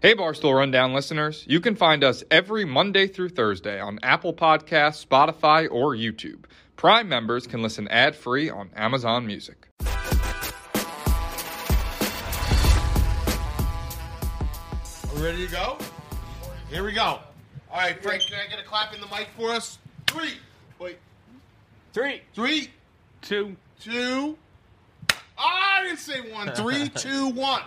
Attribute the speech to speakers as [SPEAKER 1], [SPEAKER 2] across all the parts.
[SPEAKER 1] Hey, Barstool Rundown listeners. You can find us every Monday through Thursday on Apple Podcasts, Spotify, or YouTube. Prime members can listen ad free on Amazon Music.
[SPEAKER 2] We ready to go? Here we go. All right, Frank, can I get a clap in the mic for us? Three. Wait,
[SPEAKER 3] Three,
[SPEAKER 2] three,
[SPEAKER 3] two.
[SPEAKER 2] two. I didn't say one. Three, two, one.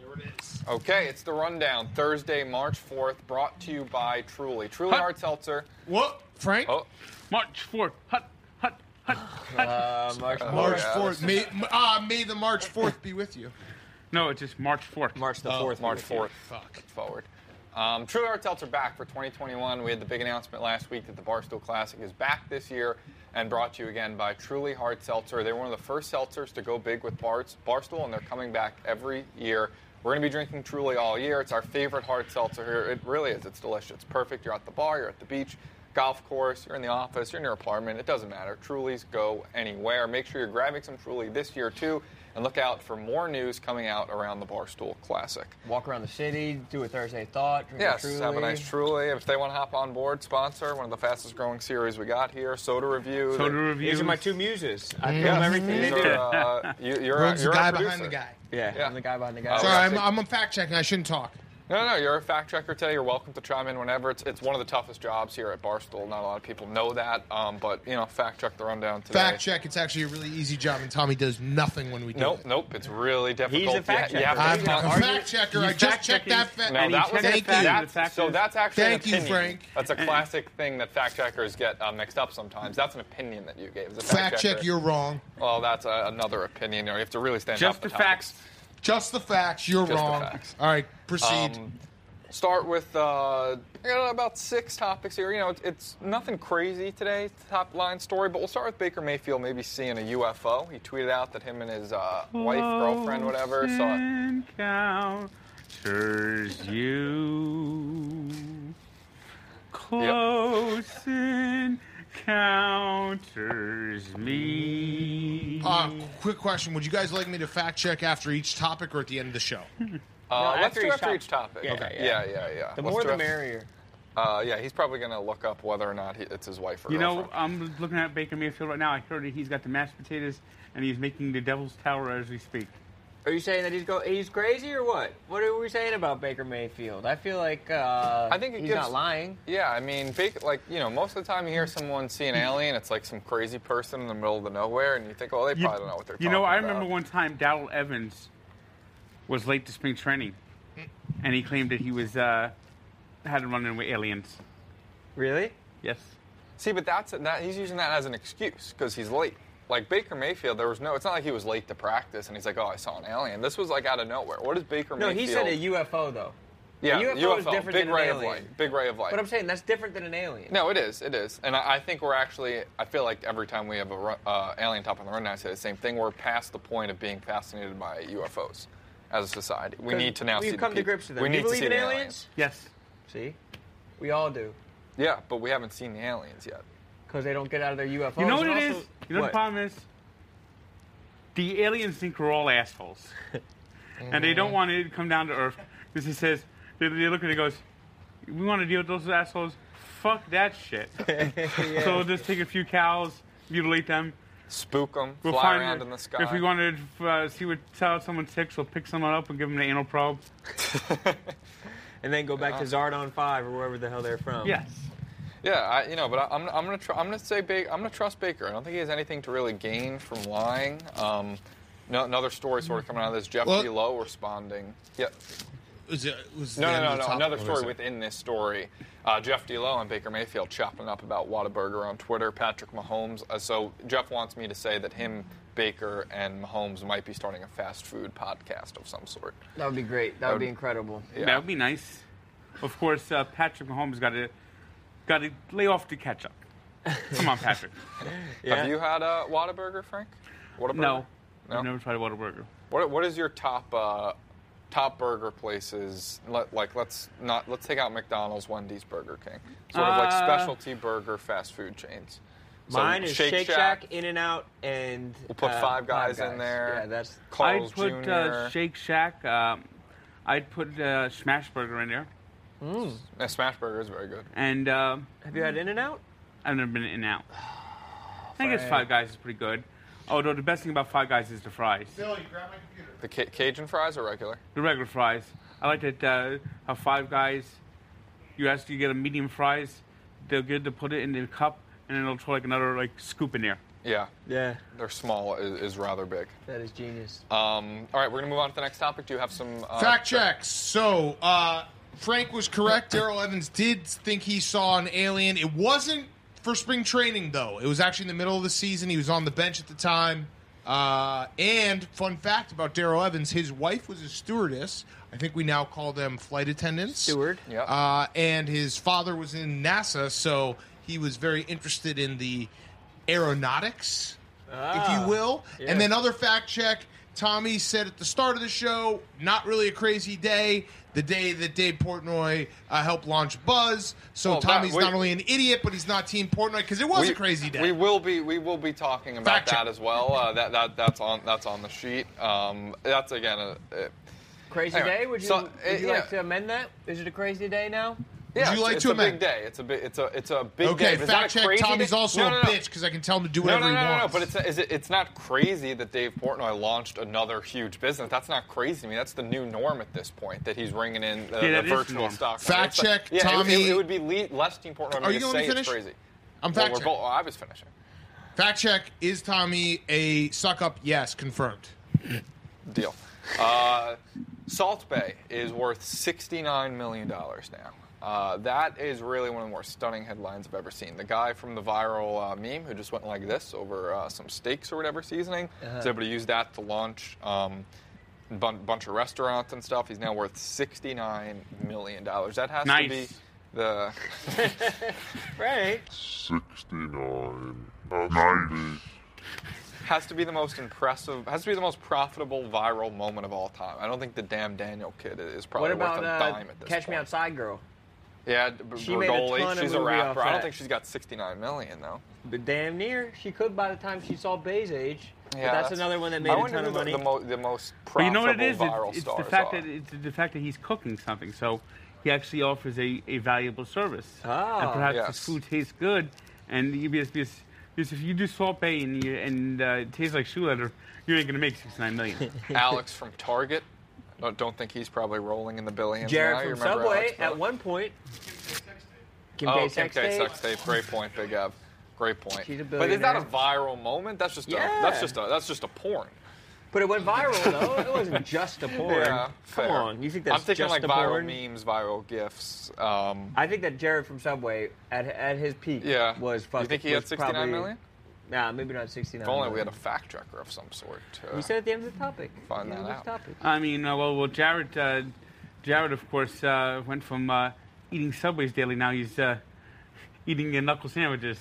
[SPEAKER 2] There it is.
[SPEAKER 1] Okay, it's the Rundown, Thursday, March 4th, brought to you by Truly. Truly Hard Seltzer.
[SPEAKER 2] What? Frank?
[SPEAKER 1] Oh,
[SPEAKER 3] March 4th. Hut, hut, hut, hut.
[SPEAKER 4] March,
[SPEAKER 2] March
[SPEAKER 1] oh, yeah,
[SPEAKER 2] 4th. May, m- ah, may the March 4th be with you.
[SPEAKER 3] no, it's just March 4th.
[SPEAKER 4] the fourth.
[SPEAKER 1] March 4th.
[SPEAKER 2] Fuck.
[SPEAKER 1] forward. Um, Truly Hard Seltzer back for 2021. We had the big announcement last week that the Barstool Classic is back this year and brought to you again by Truly Hard Seltzer. They were one of the first seltzers to go big with Barts, Barstool, and they're coming back every year. We're going to be drinking Truly all year. It's our favorite hard seltzer here. It really is. It's delicious. It's perfect. You're at the bar, you're at the beach, golf course, you're in the office, you're in your apartment. It doesn't matter. Truly's go anywhere. Make sure you're grabbing some Truly this year, too, and look out for more news coming out around the Barstool Classic.
[SPEAKER 4] Walk around the city, do a Thursday thought, drink
[SPEAKER 1] Yes,
[SPEAKER 4] a truly.
[SPEAKER 1] have a nice truly. If they want to hop on board, sponsor one of the fastest growing series we got here. Soda review.
[SPEAKER 3] Soda
[SPEAKER 1] They-
[SPEAKER 3] review.
[SPEAKER 4] These are my two muses. I film
[SPEAKER 1] Yes,
[SPEAKER 4] everything they
[SPEAKER 1] these
[SPEAKER 4] do.
[SPEAKER 1] are, uh, you, you're a,
[SPEAKER 2] Rogue's the
[SPEAKER 1] you're a
[SPEAKER 2] guy behind
[SPEAKER 1] producer.
[SPEAKER 2] the guy.
[SPEAKER 4] Yeah,
[SPEAKER 1] Yeah.
[SPEAKER 4] I'm the guy behind the guy.
[SPEAKER 1] Oh, yeah.
[SPEAKER 2] Sorry, I'm, I'm on fact checking. I shouldn't talk.
[SPEAKER 1] No, no, you're a fact checker today. You're welcome to chime in whenever. It's, it's one of the toughest jobs here at Barstool. Not a lot of people know that, um, but you know, fact check the rundown today.
[SPEAKER 2] Fact check. It's actually a really easy job, and Tommy does nothing when we do
[SPEAKER 1] Nope,
[SPEAKER 2] it.
[SPEAKER 1] nope. It's really difficult.
[SPEAKER 4] He's a fact
[SPEAKER 1] You ha- you
[SPEAKER 4] checker.
[SPEAKER 1] have
[SPEAKER 2] I'm
[SPEAKER 1] to
[SPEAKER 2] a
[SPEAKER 1] con-
[SPEAKER 2] fact checker. I just checked that fact.
[SPEAKER 1] No,
[SPEAKER 3] And he
[SPEAKER 1] that was
[SPEAKER 3] checked
[SPEAKER 2] Thank
[SPEAKER 3] the fact
[SPEAKER 2] you.
[SPEAKER 3] that
[SPEAKER 1] That's-
[SPEAKER 3] the fact
[SPEAKER 1] so
[SPEAKER 3] is-
[SPEAKER 1] that's actually
[SPEAKER 2] Thank
[SPEAKER 1] an
[SPEAKER 2] you,
[SPEAKER 1] opinion.
[SPEAKER 2] Frank.
[SPEAKER 1] That's a classic thing that fact checkers get uh, mixed up sometimes. That's an opinion that you gave. As a fact,
[SPEAKER 2] Fact check.
[SPEAKER 1] checker.
[SPEAKER 2] You're wrong.
[SPEAKER 1] Well, that's uh, another opinion. You, know, you have to really stand
[SPEAKER 3] just
[SPEAKER 1] up
[SPEAKER 3] the
[SPEAKER 1] topics.
[SPEAKER 3] facts.
[SPEAKER 2] Just the facts. You're
[SPEAKER 1] Just the
[SPEAKER 2] wrong.
[SPEAKER 1] facts. Um,
[SPEAKER 2] All right, proceed.
[SPEAKER 1] Start with uh, I got about six topics here. You know, it's, it's nothing crazy today, top line story, but we'll start with Baker Mayfield maybe seeing a UFO. He tweeted out that him and his uh, wife,
[SPEAKER 3] Oh,
[SPEAKER 1] girlfriend, whatever, saw Uh, it.
[SPEAKER 3] Sin Counters you. Close encounters me.
[SPEAKER 2] Uh, quick question: Would you guys like me to fact check after each topic or at the end of the show?
[SPEAKER 1] Uh,
[SPEAKER 4] No,
[SPEAKER 1] let's
[SPEAKER 4] after
[SPEAKER 1] do
[SPEAKER 4] each
[SPEAKER 1] after
[SPEAKER 4] top-
[SPEAKER 1] each topic.
[SPEAKER 4] Yeah,
[SPEAKER 1] Okay. yeah,
[SPEAKER 4] yeah.
[SPEAKER 1] yeah. yeah.
[SPEAKER 4] The
[SPEAKER 1] Let's
[SPEAKER 4] more
[SPEAKER 1] do
[SPEAKER 4] the
[SPEAKER 1] after-
[SPEAKER 4] merrier.
[SPEAKER 1] Uh, yeah, he's probably gonna look up whether or not he, it's his wife or
[SPEAKER 3] You know,
[SPEAKER 1] girlfriend.
[SPEAKER 3] I'm looking at Baker Mayfield right now. I heard that he's got the mashed potatoes and he's making the Devil's Tower as we speak.
[SPEAKER 4] Are you saying that he's go he's crazy or what? What are we saying about Baker Mayfield? I feel like uh,
[SPEAKER 1] I think it
[SPEAKER 4] he's
[SPEAKER 1] gives-
[SPEAKER 4] not lying.
[SPEAKER 1] Yeah, I mean, big, like you know, most of the time you hear someone see an alien, it's like some crazy person in the middle of the nowhere, and you think, oh, they probably don't know what they're
[SPEAKER 3] you
[SPEAKER 1] talking
[SPEAKER 3] know, I
[SPEAKER 1] about.
[SPEAKER 3] remember one time Dowell Evans was late to spring training, and he claimed that he was uh, had a run-in with aliens.
[SPEAKER 4] Really?
[SPEAKER 3] Yes.
[SPEAKER 1] See, but that's that. He's using that as an excuse because he's late. Like Baker Mayfield, there was no. It's not like he was late to practice and he's like, "Oh, I saw an alien." This was like out of nowhere. What is Baker
[SPEAKER 4] No, he
[SPEAKER 1] Mayfield?
[SPEAKER 4] said a UFO though.
[SPEAKER 1] yeah,
[SPEAKER 4] a UFO is different
[SPEAKER 1] big
[SPEAKER 4] than an
[SPEAKER 1] ray of
[SPEAKER 4] alien.
[SPEAKER 1] light, big ray of light.
[SPEAKER 4] But I'm saying that's different than an alien.
[SPEAKER 1] no, it is, it is, and I, I think we're actually. I feel like every time we have a ru- uh, alien top on the run, I say the same thing. We're past the point of being fascinated by UFOs as a society. We need to now
[SPEAKER 4] We've
[SPEAKER 1] see
[SPEAKER 4] come
[SPEAKER 1] the
[SPEAKER 4] to
[SPEAKER 1] peop-
[SPEAKER 4] grips with them.
[SPEAKER 1] We
[SPEAKER 4] Do
[SPEAKER 1] need
[SPEAKER 4] you believe
[SPEAKER 1] to see
[SPEAKER 4] in
[SPEAKER 1] the
[SPEAKER 4] aliens?
[SPEAKER 3] Yes.
[SPEAKER 4] See, we all do,
[SPEAKER 1] Yeah, but we haven't seen the aliens yet.
[SPEAKER 4] because they don't get out of their UFOs.
[SPEAKER 3] You know what
[SPEAKER 4] And
[SPEAKER 3] it is?
[SPEAKER 4] also-
[SPEAKER 3] You know what the
[SPEAKER 4] What?
[SPEAKER 3] problem is? The aliens think we're all assholes, and they
[SPEAKER 4] Mm-hmm.
[SPEAKER 3] don't want it to come down to earth. Because he says they, they look at it and goes, "We want to deal with those assholes. Fuck that shit." So we'll just take a few cows, mutilate them,
[SPEAKER 1] Spook them,
[SPEAKER 3] We'll
[SPEAKER 1] fly
[SPEAKER 3] find
[SPEAKER 1] around
[SPEAKER 3] it.
[SPEAKER 1] in the sky.
[SPEAKER 3] If we want to uh, see what how someone ticks, we'll pick someone up and give them an anal probe.
[SPEAKER 4] and then go back
[SPEAKER 1] Uh-huh.
[SPEAKER 4] to Zardon Five or wherever the hell they're from.
[SPEAKER 3] Yes.
[SPEAKER 1] Yeah, I, you know, but I, I'm, I'm gonna tr- I'm gonna say Baker. I'm gonna trust Baker. I don't think he has anything to really gain from lying. Um, no, another story sort of coming out of this. Jeff
[SPEAKER 2] Well-
[SPEAKER 1] D. Lowe responding. Yeah,
[SPEAKER 2] Was it? Was
[SPEAKER 1] no,
[SPEAKER 2] the end
[SPEAKER 1] no,
[SPEAKER 2] of
[SPEAKER 1] no,
[SPEAKER 2] the
[SPEAKER 1] no.
[SPEAKER 2] topic?
[SPEAKER 1] Another
[SPEAKER 2] What was
[SPEAKER 1] story
[SPEAKER 2] it?
[SPEAKER 1] within this story. Uh, Jeff D. Lowe and Baker Mayfield chopping up about Whataburger on Twitter. Patrick Mahomes. Uh, so Jeff wants me to say that him, Baker, and Mahomes might be starting a fast food podcast of some sort.
[SPEAKER 4] That would be great. That would be incredible.
[SPEAKER 1] Yeah.
[SPEAKER 3] That would be nice. Of course, uh, Patrick Mahomes got to got to lay off the ketchup. Come on, Patrick.
[SPEAKER 1] Have you had a Whataburger, Frank? Whataburger?
[SPEAKER 3] no.
[SPEAKER 1] No?
[SPEAKER 3] I've never tried a Whataburger.
[SPEAKER 1] What, what is your top uh, top burger places? Let, like let's not let's take out McDonald's, Wendy's, Burger King, sort of like
[SPEAKER 3] Uh,
[SPEAKER 1] specialty burger fast food chains. So
[SPEAKER 4] Mine is Shake, Shack, In and Out, and
[SPEAKER 1] We'll put
[SPEAKER 4] uh,
[SPEAKER 1] Five Guys in there.
[SPEAKER 4] Yeah, that's
[SPEAKER 1] Carl's
[SPEAKER 3] I'd put
[SPEAKER 1] Jr.
[SPEAKER 3] Uh, Shake Shack. Um, I'd put uh, Smash Burger in there,
[SPEAKER 1] That smash burger is very good.
[SPEAKER 3] and uh,
[SPEAKER 4] Have you had In and Out?
[SPEAKER 3] I've never been in out. I think it's Five Guys is pretty good. Although the best thing about Five Guys is the fries,
[SPEAKER 2] Billy, grab my computer.
[SPEAKER 1] The ca- Cajun fries are regular.
[SPEAKER 3] the regular fries. I like that uh, how Five Guys, you ask you get a medium fries, they'll get to put it in the cup, and then they'll throw like another like scoop in there.
[SPEAKER 1] Yeah,
[SPEAKER 4] Yeah,
[SPEAKER 1] they're small is, is rather big.
[SPEAKER 4] that is genius.
[SPEAKER 1] Um, all right, we're gonna move on to the next topic. Do you have some uh,
[SPEAKER 2] Fact checks. So uh, Frank was correct. Daryl Evans did think he saw an alien. It wasn't for spring training though. It was actually in the middle of the season. He was on the bench at the time. Uh, and fun fact about Daryl Evans: his wife was a stewardess. I think we now call them flight attendants.
[SPEAKER 4] Steward.
[SPEAKER 1] Yep.
[SPEAKER 2] Uh, and his father was in NASA, so he was very interested in the aeronautics if
[SPEAKER 4] Ah,
[SPEAKER 2] you will.
[SPEAKER 4] yeah.
[SPEAKER 2] And then other fact check. Tommy said at the start of the show, not really a crazy day. The day that Dave Portnoy uh, helped launch Buzz. So
[SPEAKER 1] Well, Oh, that-
[SPEAKER 2] Tommy's
[SPEAKER 1] we-
[SPEAKER 2] not only an idiot, but he's not Team Portnoy because it was
[SPEAKER 1] we,
[SPEAKER 2] a crazy day.
[SPEAKER 1] We will be we will be talking about
[SPEAKER 2] Fact
[SPEAKER 1] that
[SPEAKER 2] check.
[SPEAKER 1] as well. Uh, that, that that's on that's on the sheet. Um, that's again a, a-
[SPEAKER 4] Crazy
[SPEAKER 1] Anyway,
[SPEAKER 4] day? Would you,
[SPEAKER 1] so,
[SPEAKER 4] would
[SPEAKER 1] uh,
[SPEAKER 4] you
[SPEAKER 1] yeah.
[SPEAKER 4] like to amend that? Is it a crazy day now?
[SPEAKER 1] yeah.
[SPEAKER 2] you
[SPEAKER 1] it's-
[SPEAKER 2] like
[SPEAKER 1] it's
[SPEAKER 2] to
[SPEAKER 1] a big
[SPEAKER 2] amend?
[SPEAKER 1] day. It's a big it's a it's a big day.
[SPEAKER 2] okay,
[SPEAKER 1] but it's not
[SPEAKER 2] fact
[SPEAKER 1] a
[SPEAKER 2] check.
[SPEAKER 1] crazy
[SPEAKER 2] Tommy's
[SPEAKER 1] day.
[SPEAKER 2] also
[SPEAKER 1] No, no,
[SPEAKER 2] a
[SPEAKER 1] no.
[SPEAKER 2] bitch because I can tell him to do
[SPEAKER 1] No,
[SPEAKER 2] whatever
[SPEAKER 1] no, no,
[SPEAKER 2] he
[SPEAKER 1] no, no.
[SPEAKER 2] wants.
[SPEAKER 1] But it's is it, it's not crazy that Dave Portnoy launched another huge business. That's not crazy. I mean, that's the new norm at this point that he's ringing in the,
[SPEAKER 3] Yeah, that
[SPEAKER 1] the
[SPEAKER 3] is
[SPEAKER 1] virtual
[SPEAKER 3] norm.
[SPEAKER 1] stock.
[SPEAKER 2] Fact
[SPEAKER 1] market.
[SPEAKER 2] check,
[SPEAKER 1] It's like- yeah, it- It,
[SPEAKER 2] Tommy-
[SPEAKER 1] it would be le- less Team Portnoy.
[SPEAKER 2] Are
[SPEAKER 1] to
[SPEAKER 2] you gonna
[SPEAKER 1] say
[SPEAKER 2] finish?
[SPEAKER 1] It's crazy.
[SPEAKER 2] I'm
[SPEAKER 1] Well,
[SPEAKER 2] fact
[SPEAKER 1] we're
[SPEAKER 2] check.
[SPEAKER 1] both- oh, I was finishing.
[SPEAKER 2] fact check. Is Tommy a suck up? Yes, confirmed.
[SPEAKER 1] Deal. Uh, Salt Bay is worth $69 million now. Uh, that is really one of the more stunning headlines I've ever seen. The guy from the viral uh, meme who just went like this over uh, some steaks or whatever seasoning
[SPEAKER 4] Uh-huh.
[SPEAKER 1] was able to use that to launch um, a bunch of restaurants and stuff. He's now worth $69 million. That has
[SPEAKER 3] Nice.
[SPEAKER 1] to be the.
[SPEAKER 4] Right.
[SPEAKER 5] 69. Nice.
[SPEAKER 1] Has to be the most impressive, has to be the most profitable viral moment of all time. I don't think the damn Daniel kid is probably
[SPEAKER 4] What about
[SPEAKER 1] worth a
[SPEAKER 4] uh,
[SPEAKER 1] dime at this
[SPEAKER 4] Catch Me
[SPEAKER 1] point.
[SPEAKER 4] Outside Girl?
[SPEAKER 1] Yeah, d- b-
[SPEAKER 4] She made a
[SPEAKER 1] Berdoli,
[SPEAKER 4] ton of
[SPEAKER 1] she's a
[SPEAKER 4] movie
[SPEAKER 1] rapper.
[SPEAKER 4] off
[SPEAKER 1] I don't
[SPEAKER 4] that.
[SPEAKER 1] think she's got 69 million though.
[SPEAKER 4] But damn near, she could by the time she saw Bay's age. But
[SPEAKER 1] Yeah,
[SPEAKER 4] that's, another one that made
[SPEAKER 1] I
[SPEAKER 4] a
[SPEAKER 1] wonder
[SPEAKER 4] ton
[SPEAKER 1] who
[SPEAKER 4] of
[SPEAKER 1] the,
[SPEAKER 4] money.
[SPEAKER 1] The, mo- the most
[SPEAKER 3] But you
[SPEAKER 1] profitable
[SPEAKER 3] know what it is?
[SPEAKER 1] viral
[SPEAKER 3] It's, it's
[SPEAKER 1] stars
[SPEAKER 3] the fact
[SPEAKER 1] are.
[SPEAKER 3] that it's the fact that he's cooking something, so he actually offers a, a valuable service.
[SPEAKER 4] Ah,
[SPEAKER 3] and perhaps his
[SPEAKER 1] yes.
[SPEAKER 3] food tastes good, and you because, because, because if you do salt bay and you, and uh, it tastes like shoe leather, you ain't gonna make sixty nine million.
[SPEAKER 1] Alex from Target. I don't think he's probably rolling in the billions. now.
[SPEAKER 4] Jared
[SPEAKER 1] You
[SPEAKER 4] from
[SPEAKER 1] remember
[SPEAKER 4] Subway
[SPEAKER 1] Alex
[SPEAKER 4] at
[SPEAKER 1] Miller?
[SPEAKER 4] one point. Kim
[SPEAKER 1] Oh,
[SPEAKER 4] K.
[SPEAKER 1] Kim
[SPEAKER 4] Sex
[SPEAKER 1] K.
[SPEAKER 4] tape.
[SPEAKER 1] Sex tape. Great point, Big Ev. Great point.
[SPEAKER 4] She's a
[SPEAKER 1] but is that a
[SPEAKER 4] billionaire.
[SPEAKER 1] viral moment? That's just
[SPEAKER 4] Yeah.
[SPEAKER 1] a, that's just a that's just a porn.
[SPEAKER 4] But it went viral though. It wasn't just a porn.
[SPEAKER 1] Yeah,
[SPEAKER 4] Come
[SPEAKER 1] fair.
[SPEAKER 4] on, you think that's
[SPEAKER 1] I'm thinking
[SPEAKER 4] just
[SPEAKER 1] like
[SPEAKER 4] a
[SPEAKER 1] viral
[SPEAKER 4] porn?
[SPEAKER 1] memes, viral gifs. Um,
[SPEAKER 4] I think that Jared from Subway at at his peak
[SPEAKER 1] yeah.
[SPEAKER 4] was fucking.
[SPEAKER 1] You think he
[SPEAKER 4] was
[SPEAKER 1] had 69
[SPEAKER 4] probably-
[SPEAKER 1] million?
[SPEAKER 4] Nah, maybe not 69.
[SPEAKER 1] If only we had a fact checker of some sort. to-
[SPEAKER 4] You said at the end of the topic.
[SPEAKER 1] Find
[SPEAKER 4] At the
[SPEAKER 1] that
[SPEAKER 4] end of the
[SPEAKER 1] out.
[SPEAKER 4] Topic.
[SPEAKER 3] I mean, uh, well, well, Jared, uh, Jared, of course, uh, went from uh, eating Subway's daily. Now he's uh, eating uh, knuckle sandwiches.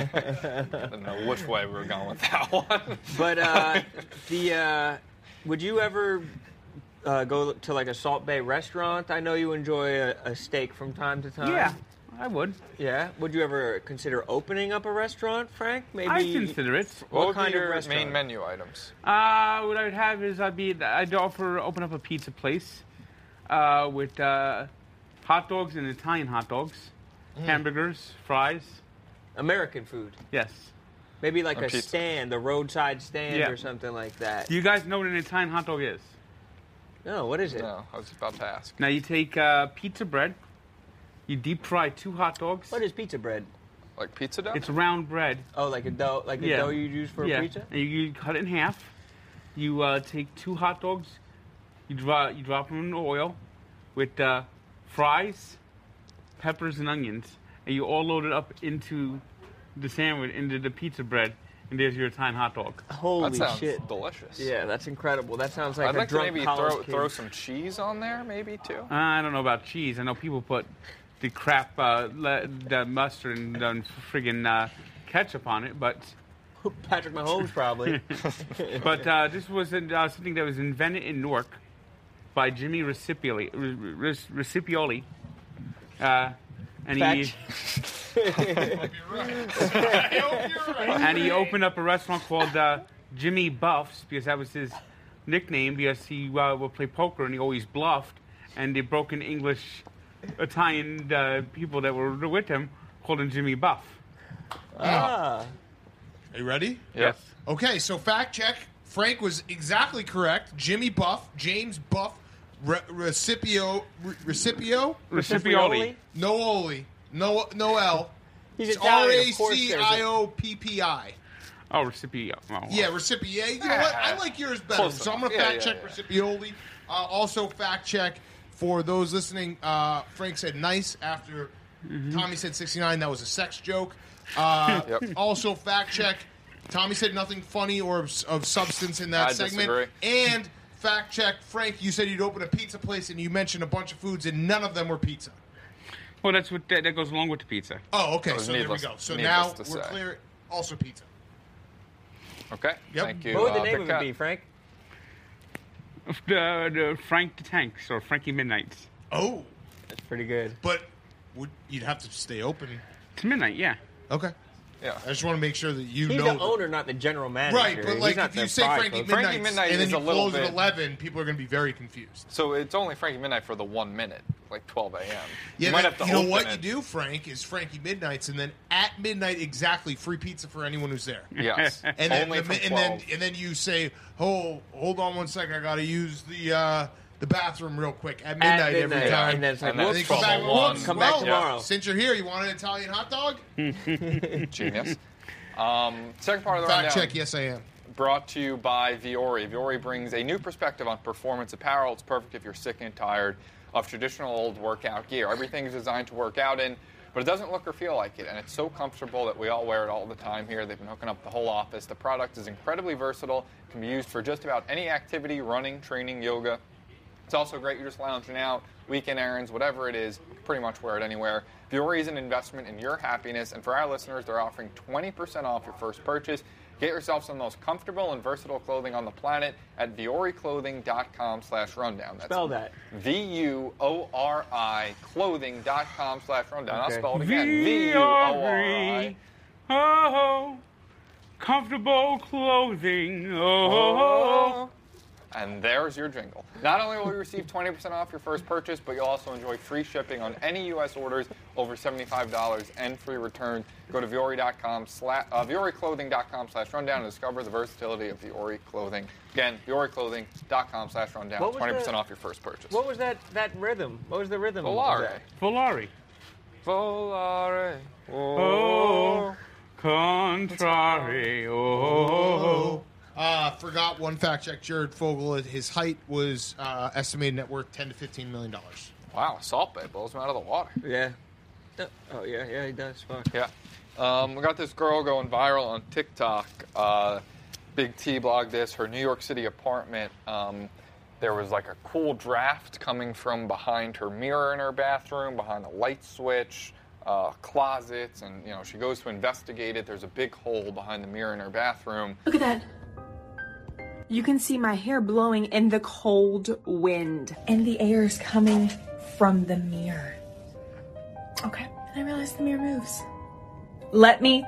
[SPEAKER 1] I don't know which way we were going with that one.
[SPEAKER 4] But uh, the uh, would you ever uh, go to like a Salt Bay restaurant? I know you enjoy a, a steak from time to time.
[SPEAKER 3] yeah, Uh, I would.
[SPEAKER 4] Yeah. Would you ever consider opening up a restaurant, Frank? Maybe.
[SPEAKER 3] I consider it.
[SPEAKER 1] What,
[SPEAKER 4] What
[SPEAKER 1] would
[SPEAKER 4] kind
[SPEAKER 1] be
[SPEAKER 4] of
[SPEAKER 1] your main
[SPEAKER 4] restaurant?
[SPEAKER 1] menu items?
[SPEAKER 3] Uh, what I would have is I'd be I'd offer open up a pizza place, uh, with uh, hot dogs and Italian hot dogs, hamburgers, fries.
[SPEAKER 4] American food.
[SPEAKER 3] Yes.
[SPEAKER 4] Maybe like
[SPEAKER 1] Or
[SPEAKER 4] a
[SPEAKER 1] pizza.
[SPEAKER 4] stand, a roadside stand
[SPEAKER 3] Yeah.
[SPEAKER 4] or something like that.
[SPEAKER 3] Do you guys know what an Italian hot dog is?
[SPEAKER 4] no, what is it?
[SPEAKER 1] No, I was about to ask.
[SPEAKER 3] Now you take uh, pizza bread, you deep fry two hot dogs.
[SPEAKER 4] What is pizza bread?
[SPEAKER 1] Like pizza dough?
[SPEAKER 3] It's round bread.
[SPEAKER 4] Oh, like a dough, like the
[SPEAKER 3] Yeah.
[SPEAKER 4] dough you use for
[SPEAKER 3] yeah.
[SPEAKER 4] a pizza.
[SPEAKER 3] And you, you cut it in half. You uh, take two hot dogs. You drop you drop them in oil, with uh, fries, peppers and onions, and you all load it up into the sandwich, into the pizza bread, and there's your Italian hot dog.
[SPEAKER 1] that
[SPEAKER 4] Holy
[SPEAKER 1] sounds
[SPEAKER 4] shit!
[SPEAKER 1] delicious.
[SPEAKER 4] Yeah, that's incredible. That sounds like
[SPEAKER 1] I'd
[SPEAKER 4] a
[SPEAKER 1] like to
[SPEAKER 4] drunk
[SPEAKER 1] maybe
[SPEAKER 4] college
[SPEAKER 1] throw,
[SPEAKER 4] kid. Uh,
[SPEAKER 1] throw some cheese on there, maybe too.
[SPEAKER 3] I don't know about cheese. I know people put the crap, uh, le- the mustard and the friggin' uh, ketchup on it, but.
[SPEAKER 4] Patrick Mahomes probably.
[SPEAKER 3] But uh, this was uh, something that was invented in Newark by Jimmy Recipioli. Re- Re- Recipioli. Uh, and he and he opened up a restaurant called uh, Jimmy Buffs because that was his nickname because he uh, would play poker and he always bluffed, and the broken English, Italian uh, people that were with him called him Jimmy Buff.
[SPEAKER 4] Ah,
[SPEAKER 2] Are you ready?
[SPEAKER 1] Yes.
[SPEAKER 2] Okay, so fact check. Frank was exactly correct. Jimmy Buff, James Buff, Re- Recipio, Re- Recipio,
[SPEAKER 3] Recipioli.
[SPEAKER 2] Nooli, no Noel.
[SPEAKER 4] He's
[SPEAKER 2] It's R
[SPEAKER 4] Italian.
[SPEAKER 2] A
[SPEAKER 4] Of course,
[SPEAKER 2] C
[SPEAKER 4] there's
[SPEAKER 2] I
[SPEAKER 4] a,
[SPEAKER 2] O P P I.
[SPEAKER 3] Oh, Recipio. Oh, wow.
[SPEAKER 2] Yeah, Recipio. You know what? I like yours better,
[SPEAKER 1] Close
[SPEAKER 2] so I'm going to
[SPEAKER 1] enough.
[SPEAKER 2] fact
[SPEAKER 1] Yeah,
[SPEAKER 2] check
[SPEAKER 1] yeah,
[SPEAKER 2] Recipioli. Uh, also, fact check for those listening. Uh, Frank said nice after Tommy said 69. That was a sex joke. Uh,
[SPEAKER 1] Yep.
[SPEAKER 2] Also, fact check. Tommy said nothing funny or of, of substance in that
[SPEAKER 1] I
[SPEAKER 2] segment.
[SPEAKER 1] disagree.
[SPEAKER 2] And fact check, Frank, you said you'd open a pizza place and you mentioned a bunch of foods and none of them were pizza.
[SPEAKER 3] Well, that's what that, that goes along with the pizza.
[SPEAKER 2] Oh, okay.
[SPEAKER 1] was
[SPEAKER 2] So there we
[SPEAKER 1] needless-
[SPEAKER 2] go. So
[SPEAKER 1] needless
[SPEAKER 2] now
[SPEAKER 1] to
[SPEAKER 2] we're
[SPEAKER 1] say.
[SPEAKER 2] clear. Also, pizza.
[SPEAKER 1] Okay.
[SPEAKER 2] Yep.
[SPEAKER 1] Thank you.
[SPEAKER 4] what would
[SPEAKER 1] uh,
[SPEAKER 3] Oh,
[SPEAKER 4] the name of it
[SPEAKER 1] Bicat.
[SPEAKER 4] be, Frank?
[SPEAKER 3] The, the Frank the Tanks or Frankie Midnights.
[SPEAKER 2] Oh,
[SPEAKER 4] That's pretty good.
[SPEAKER 2] but would, you'd have to stay open.
[SPEAKER 3] It's midnight, yeah.
[SPEAKER 2] Okay.
[SPEAKER 1] Yeah.
[SPEAKER 2] I just want to make sure that you
[SPEAKER 4] He's
[SPEAKER 2] know.
[SPEAKER 4] the owner, not the general manager.
[SPEAKER 2] Right, but
[SPEAKER 4] He's
[SPEAKER 2] like
[SPEAKER 4] not
[SPEAKER 2] if you
[SPEAKER 4] their
[SPEAKER 2] say
[SPEAKER 4] pride,
[SPEAKER 2] Frankie
[SPEAKER 4] folks.
[SPEAKER 2] Midnight,
[SPEAKER 1] Frankie Midnight
[SPEAKER 2] and then
[SPEAKER 1] is a
[SPEAKER 2] you
[SPEAKER 1] little
[SPEAKER 2] close at
[SPEAKER 1] bit-
[SPEAKER 2] 11, people are going to be very confused.
[SPEAKER 1] So it's only Frankie Midnight for the one minute, like 12 a.m.
[SPEAKER 2] Yeah,
[SPEAKER 1] you might
[SPEAKER 2] that-
[SPEAKER 1] have to
[SPEAKER 2] you know
[SPEAKER 1] open
[SPEAKER 2] what
[SPEAKER 1] it.
[SPEAKER 2] you do, Frank, is Frankie Midnight's, and then at midnight exactly, free pizza for anyone who's there.
[SPEAKER 1] Yes.
[SPEAKER 2] And then,
[SPEAKER 1] only
[SPEAKER 2] the-
[SPEAKER 1] from 12.
[SPEAKER 2] and then and then you say, "Oh, hold on one second, I got to use the uh, the bathroom real quick at midnight,
[SPEAKER 4] At midnight,
[SPEAKER 2] every time."
[SPEAKER 4] And then it's like,
[SPEAKER 1] And then
[SPEAKER 2] And
[SPEAKER 4] whoops,
[SPEAKER 2] they
[SPEAKER 1] it's
[SPEAKER 2] come back,
[SPEAKER 1] Trouble one.
[SPEAKER 2] "Whoops,
[SPEAKER 4] Come back
[SPEAKER 2] well,
[SPEAKER 4] tomorrow.
[SPEAKER 2] Since you're here, you want an Italian hot dog?
[SPEAKER 1] Genius. Um, second part of the
[SPEAKER 2] Fact
[SPEAKER 1] rundown
[SPEAKER 2] check, yes, I am.
[SPEAKER 1] brought to you by Viore. Viore brings a new perspective on performance apparel. It's perfect if you're sick and tired of traditional old workout gear. Everything is designed to work out in, but it doesn't look or feel like it. And it's so comfortable that we all wear it all the time here. They've been hooking up the whole office. The product is incredibly versatile, It can be used for just about any activity running, training, yoga. It's also great. You're just lounging out, weekend errands, whatever it is. You can pretty much wear it anywhere. Viore is an investment in your happiness, and for our listeners, they're offering 20% off your first purchase. Get yourself some of the most comfortable and versatile clothing on the planet at VioriClothing.com/rundown. That's
[SPEAKER 4] Spell that.
[SPEAKER 1] V-U-O-R-I clothing.com/rundown. I'll
[SPEAKER 4] Okay.
[SPEAKER 1] spell it again.
[SPEAKER 3] V-O-R-E.
[SPEAKER 1] V-U-O-R-I.
[SPEAKER 3] Oh, comfortable clothing. Oh,
[SPEAKER 1] And there's your jingle. Not only will you receive 20% off your first purchase, but you'll also enjoy free shipping on any U.S. orders over $75 and free returns. Go to viori.com slash, uh, vioriclothing.com slash rundown and discover the versatility of Viori clothing. Again, vioriclothing.com slash rundown,
[SPEAKER 4] What was
[SPEAKER 1] 20%
[SPEAKER 4] the-
[SPEAKER 1] off your first purchase.
[SPEAKER 4] What was that? That rhythm? What was the rhythm? of
[SPEAKER 1] Volare.
[SPEAKER 4] that?
[SPEAKER 3] Volare.
[SPEAKER 1] Volare.
[SPEAKER 3] Oh, contrary. Oh,
[SPEAKER 2] Oh, uh, forgot one fact check. Jared Fogle, his height was uh, estimated net worth ten to fifteen million dollars.
[SPEAKER 1] Wow, Salt Bay blows him out of the water.
[SPEAKER 4] Yeah. No- Oh yeah, yeah, he does. Fuck.
[SPEAKER 1] Yeah. Um, we got this girl going viral on TikTok. Uh, Big T blogged this. Her New York City apartment. Um, there was like a cool draft coming from behind her mirror in her bathroom, behind the light switch, uh, closets, and you know she goes to investigate it. There's a big hole behind the mirror in her bathroom.
[SPEAKER 6] Look at that. You can see my hair blowing in the cold wind. And the air is coming from the mirror. Okay, and I realize the mirror moves. Let me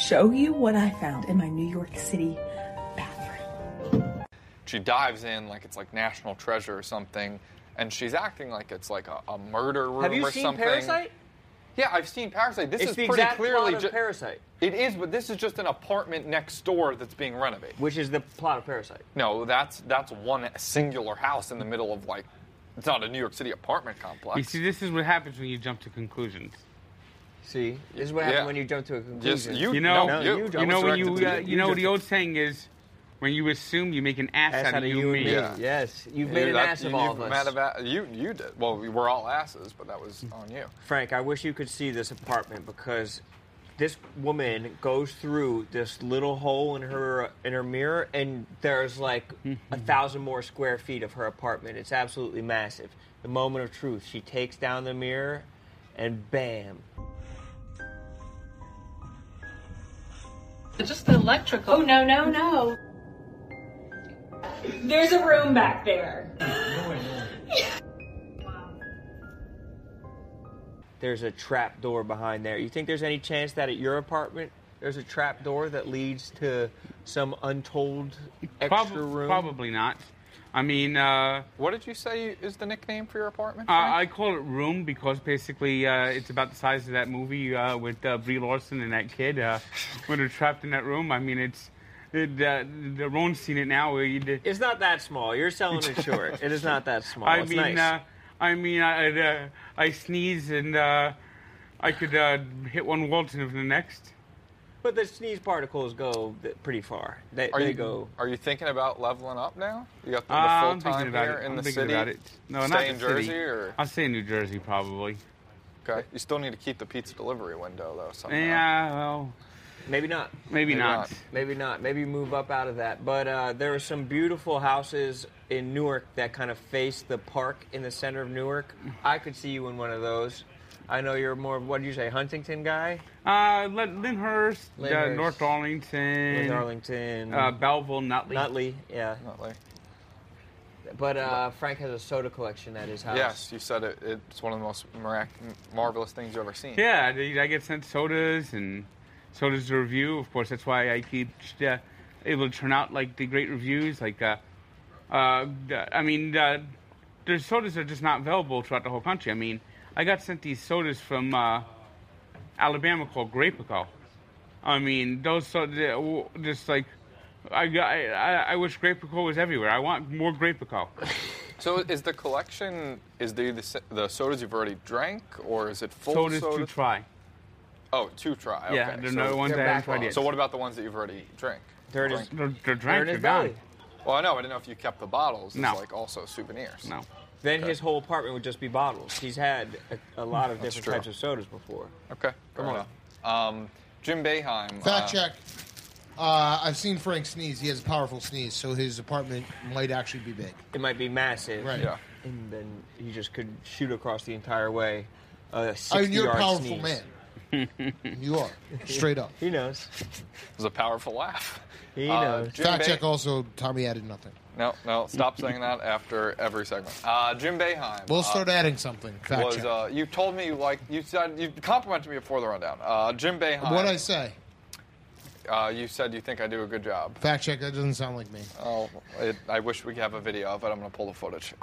[SPEAKER 6] show you what I found in my New York City bathroom.
[SPEAKER 1] she dives in like it's like national treasure or something and she's acting like it's like a, a murder room
[SPEAKER 4] Have you
[SPEAKER 1] or
[SPEAKER 4] seen
[SPEAKER 1] something
[SPEAKER 4] Parasite?
[SPEAKER 1] yeah i've seen parasite this
[SPEAKER 4] It's
[SPEAKER 1] is
[SPEAKER 4] the
[SPEAKER 1] pretty
[SPEAKER 4] exact
[SPEAKER 1] clearly
[SPEAKER 4] plot
[SPEAKER 1] ju-
[SPEAKER 4] of Parasite.
[SPEAKER 1] it is but this is just an apartment next door that's being renovated
[SPEAKER 4] Which is the plot of Parasite.
[SPEAKER 1] no that's that's one singular house in the middle of like it's not a new york city apartment complex
[SPEAKER 3] You see, this is what happens when you jump to conclusions.
[SPEAKER 4] See, this is what happened
[SPEAKER 1] Yeah.
[SPEAKER 4] when you jump to a
[SPEAKER 1] just
[SPEAKER 4] conclusion.
[SPEAKER 1] you,
[SPEAKER 3] You know,
[SPEAKER 1] no,
[SPEAKER 4] you
[SPEAKER 1] you,
[SPEAKER 4] don't.
[SPEAKER 3] you know when you,
[SPEAKER 4] Directed
[SPEAKER 3] uh,
[SPEAKER 4] to you.
[SPEAKER 3] you know
[SPEAKER 4] You
[SPEAKER 3] the
[SPEAKER 4] just-
[SPEAKER 3] old saying is, when you assume, you make an ass
[SPEAKER 4] ass
[SPEAKER 3] out of you and me.
[SPEAKER 1] Yeah.
[SPEAKER 4] Yes, you've made an
[SPEAKER 1] that-
[SPEAKER 4] ass of
[SPEAKER 1] you-
[SPEAKER 4] all
[SPEAKER 1] you've
[SPEAKER 4] of
[SPEAKER 1] mad
[SPEAKER 4] us.
[SPEAKER 1] about- you you did well we were all asses but that was on you
[SPEAKER 4] Frank, I wish you could see this apartment because this woman goes through this little hole in her in her mirror, and there's like a thousand more square feet of her apartment. It's absolutely massive. The moment of truth. She takes down the mirror, and bam.
[SPEAKER 7] Just the electrical.
[SPEAKER 8] Oh, no, no, no. There's a room back there.
[SPEAKER 4] There's a trap door behind there. You think there's any chance that at your apartment There's a trap door that leads to some untold extra
[SPEAKER 3] Prob-
[SPEAKER 4] room.
[SPEAKER 3] Probably not. I mean, uh,
[SPEAKER 1] What did you say is the nickname for your apartment?
[SPEAKER 3] uh,
[SPEAKER 1] Frank?
[SPEAKER 3] I call it room because basically uh, it's about the size of that movie uh, with uh, Brie Larson and that kid uh, when they're trapped in that room. I mean, it's it, uh, the Ron's seen it now. Where you did,
[SPEAKER 4] It's not that small. You're selling it short. it is not that
[SPEAKER 1] Oh,
[SPEAKER 4] small.
[SPEAKER 3] I
[SPEAKER 4] it's
[SPEAKER 3] mean,
[SPEAKER 4] nice.
[SPEAKER 3] uh, I mean, I I'd, uh, I sneeze and uh, I could uh, hit one wall to the next.
[SPEAKER 4] but the sneeze particles go th- pretty far. They,
[SPEAKER 1] are
[SPEAKER 4] they
[SPEAKER 1] you
[SPEAKER 4] go.
[SPEAKER 1] Are you thinking about leveling up now? You got the,
[SPEAKER 3] Uh,
[SPEAKER 1] the full
[SPEAKER 3] I'm
[SPEAKER 1] time
[SPEAKER 3] thinking about
[SPEAKER 1] here
[SPEAKER 3] it.
[SPEAKER 1] in
[SPEAKER 3] I'm
[SPEAKER 1] the
[SPEAKER 3] thinking
[SPEAKER 1] city.
[SPEAKER 3] about it. No,
[SPEAKER 1] Stay
[SPEAKER 3] not the
[SPEAKER 1] in Jersey,
[SPEAKER 3] city.
[SPEAKER 1] or
[SPEAKER 3] I'll say New Jersey probably.
[SPEAKER 1] okay. You still need to keep the pizza delivery window though. Somehow.
[SPEAKER 3] Yeah, well,
[SPEAKER 4] Maybe not.
[SPEAKER 3] maybe,
[SPEAKER 1] Maybe
[SPEAKER 3] not.
[SPEAKER 1] not.
[SPEAKER 4] Maybe not. Maybe move up out of that. But uh, there are some beautiful houses in Newark that kind of face the park in the center of Newark. I could see you in one of those. I know you're more. What do you say, Huntington guy?
[SPEAKER 3] Uh, Lin- Lyndhurst, uh,
[SPEAKER 4] Lyndhurst.
[SPEAKER 3] North Arlington,
[SPEAKER 4] North Arlington.
[SPEAKER 3] Mm. uh, Belleville, Nutley.
[SPEAKER 4] Nutley, yeah.
[SPEAKER 1] Not like-
[SPEAKER 4] But uh, Frank has a soda collection at his house.
[SPEAKER 1] Yes, you said it, it's one of the most mirac- marvelous things you've ever seen.
[SPEAKER 3] Yeah, I, I get sent sodas and sodas to review. Of course, that's why I keep uh, able to turn out like the great reviews. Like, uh, uh, d- I mean, uh, the sodas are just not available throughout the whole country. I mean, I got sent these sodas from uh, Alabama called Grapico. I mean, those so the- w- just like. I, got- I, I- I wish Grapico was everywhere. I want more Grapico.
[SPEAKER 1] So is the collection is the, the s- the sodas you've already drank or is it full
[SPEAKER 3] sodas to try.
[SPEAKER 1] Oh, to try.
[SPEAKER 3] Yeah,
[SPEAKER 1] okay.
[SPEAKER 3] they're
[SPEAKER 1] so,
[SPEAKER 3] no ones
[SPEAKER 4] they're
[SPEAKER 3] that I haven't
[SPEAKER 4] back
[SPEAKER 3] tried
[SPEAKER 4] on.
[SPEAKER 3] yet.
[SPEAKER 1] So what about the ones that you've already drank?
[SPEAKER 4] There it is.
[SPEAKER 1] Drank?
[SPEAKER 3] They're, they're
[SPEAKER 4] They're
[SPEAKER 3] drank,
[SPEAKER 4] in
[SPEAKER 3] they're
[SPEAKER 4] his
[SPEAKER 3] gone.
[SPEAKER 4] belly.
[SPEAKER 1] Well, I know. I didn't know if you kept the bottles. as,
[SPEAKER 3] No.
[SPEAKER 1] like also souvenirs.
[SPEAKER 3] No.
[SPEAKER 4] Then his whole apartment would just be bottles. He's had a, a lot of
[SPEAKER 1] That's
[SPEAKER 4] different
[SPEAKER 1] true.
[SPEAKER 4] types of sodas before.
[SPEAKER 1] Okay. Come on. Um, Jim Beheim.
[SPEAKER 2] Fact
[SPEAKER 1] uh,
[SPEAKER 2] check. Uh, I've seen Frank sneeze. He has a powerful sneeze, so his apartment might actually be big.
[SPEAKER 4] It might be massive.
[SPEAKER 2] Right.
[SPEAKER 1] Yeah.
[SPEAKER 4] And then he just could shoot across the entire way. A 60
[SPEAKER 2] I mean, Oh, you're a
[SPEAKER 4] yard
[SPEAKER 2] powerful
[SPEAKER 4] sneeze.
[SPEAKER 2] man. you are straight up.
[SPEAKER 4] He knows.
[SPEAKER 1] It was a powerful laugh.
[SPEAKER 4] He
[SPEAKER 1] Uh,
[SPEAKER 4] knows.
[SPEAKER 1] Jim
[SPEAKER 2] Fact
[SPEAKER 1] Be-
[SPEAKER 2] check. Also, Tommy added nothing.
[SPEAKER 1] No, no. Stop saying that after every segment. Uh, Jim Beheim.
[SPEAKER 2] We'll
[SPEAKER 1] uh,
[SPEAKER 2] start adding something. Fact
[SPEAKER 1] was
[SPEAKER 2] check.
[SPEAKER 1] uh, you told me you like you said you complimented me before the rundown. Uh, Jim Beheim.
[SPEAKER 2] what I say.
[SPEAKER 1] Uh, you said you think I do a good job.
[SPEAKER 2] Fact check. That doesn't sound like me.
[SPEAKER 1] Oh, it, I wish we could have a video of it. I'm going to pull the footage.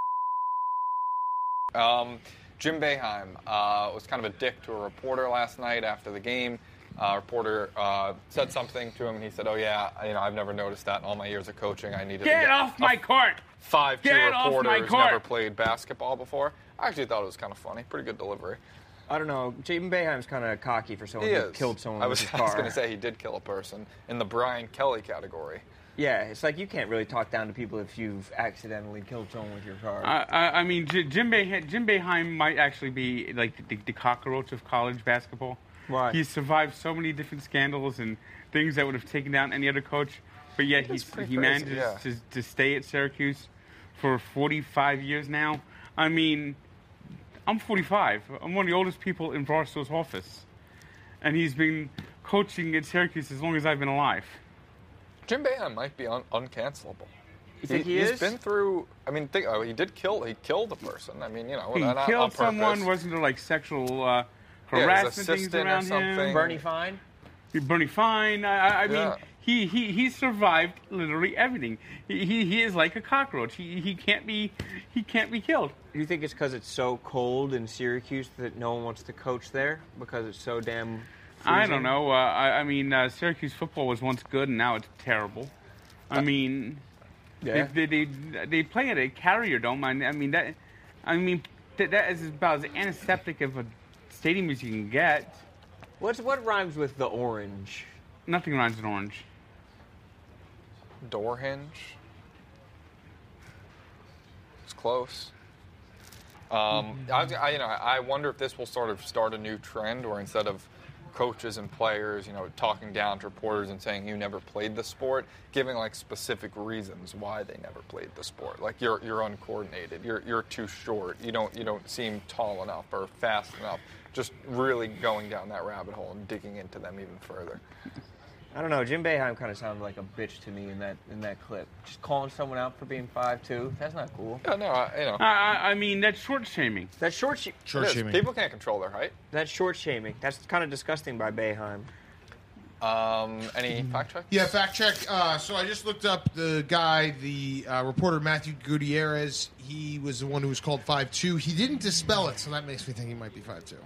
[SPEAKER 1] Um, Jim Beheim uh, was kind of a dick to a reporter last night after the game. Uh, reporter uh, said something to him, and he said, "Oh yeah, you know, I've never noticed that in all my years of coaching. I needed to
[SPEAKER 3] Get
[SPEAKER 1] get
[SPEAKER 3] off my cart!
[SPEAKER 1] five two
[SPEAKER 3] Get off
[SPEAKER 1] reporter
[SPEAKER 3] my
[SPEAKER 1] who's
[SPEAKER 3] court.
[SPEAKER 1] never played basketball before." I actually thought it was kind of funny. Pretty good delivery.
[SPEAKER 4] I don't know. Jaden Beheim's kind of cocky for someone
[SPEAKER 1] He
[SPEAKER 4] who
[SPEAKER 1] is.
[SPEAKER 4] killed someone
[SPEAKER 1] I was,
[SPEAKER 4] with his
[SPEAKER 1] I
[SPEAKER 4] car.
[SPEAKER 1] was going to say he did kill a person in the Brian Kelly category.
[SPEAKER 4] Yeah, it's like you can't really talk down to people if you've accidentally killed someone with your car.
[SPEAKER 1] Uh,
[SPEAKER 3] I, I, I mean, J- Jim, Beheim, Jim Beheim might actually be like the, the cockroach of college basketball.
[SPEAKER 4] Why?
[SPEAKER 3] He survived so many different scandals and things that would have taken down any other coach, but yet he,
[SPEAKER 1] That's pretty
[SPEAKER 3] he
[SPEAKER 1] crazy,
[SPEAKER 3] manages
[SPEAKER 1] yeah.
[SPEAKER 3] to, to stay at Syracuse for 45 years now. I mean, I'm 45. I'm one of the oldest people in Barstow's office. And he's been coaching at Syracuse as long as I've been alive.
[SPEAKER 1] Jim Beheim might be un- uncancelable.
[SPEAKER 4] You think he
[SPEAKER 1] has
[SPEAKER 4] is?
[SPEAKER 1] been through. I mean, think, oh, he did kill. He killed a person. I mean, you know,
[SPEAKER 3] He
[SPEAKER 1] not on
[SPEAKER 3] killed
[SPEAKER 1] purpose.
[SPEAKER 3] someone. Wasn't there like sexual uh,
[SPEAKER 1] his
[SPEAKER 3] harassment things
[SPEAKER 1] assistant or
[SPEAKER 3] around
[SPEAKER 1] something.
[SPEAKER 3] him?
[SPEAKER 4] Bernie Fine?
[SPEAKER 3] Bernie Fine. I, I, I
[SPEAKER 1] Yeah.
[SPEAKER 3] mean, he, he he survived literally everything. He, he he is like a cockroach. He he can't be he can't be killed.
[SPEAKER 4] Do you think it's because it's so cold in Syracuse that no one wants to coach there because it's so damn?
[SPEAKER 3] I
[SPEAKER 4] freezing?
[SPEAKER 3] don't know. Uh, I, I mean, uh, Syracuse football was once good, and now it's terrible. I
[SPEAKER 1] Uh,
[SPEAKER 3] mean,
[SPEAKER 4] Yeah.
[SPEAKER 3] they, they they they play at a Carrier Dome. I, I mean that. I mean that, that is about as antiseptic of a stadium as you can get.
[SPEAKER 4] What's what rhymes with the orange?
[SPEAKER 3] Nothing rhymes with orange.
[SPEAKER 1] Door hinge. It's close. Um, I, was- I, you know, I wonder if this will sort of start a new trend, where instead of coaches and players, you know, talking down to reporters and saying you never played the sport, giving like specific reasons why they never played the sport. Like you're you're uncoordinated, you're you're too short, you don't you don't seem tall enough or fast enough. Just really going down that rabbit hole and digging into them even further.
[SPEAKER 4] I don't know. Jim Beheim kind of sounded like a bitch to me in that in that clip. Just calling someone out for being five two. That's not cool.
[SPEAKER 1] Yeah, no, I, you know,
[SPEAKER 3] I, I, I mean that's short shaming.
[SPEAKER 4] That's short. Sh-
[SPEAKER 2] Sure,
[SPEAKER 1] it is.
[SPEAKER 2] Jimmy.
[SPEAKER 1] people can't control their height.
[SPEAKER 4] that's short shaming. That's kind of disgusting by Beheim.
[SPEAKER 1] Um, any fact check?
[SPEAKER 2] Yeah, fact check. Uh, so I just looked up the guy, the uh, reporter Matthew Gutierrez. He was the one who was called five two. He didn't dispel it, so that makes me think he might be five two.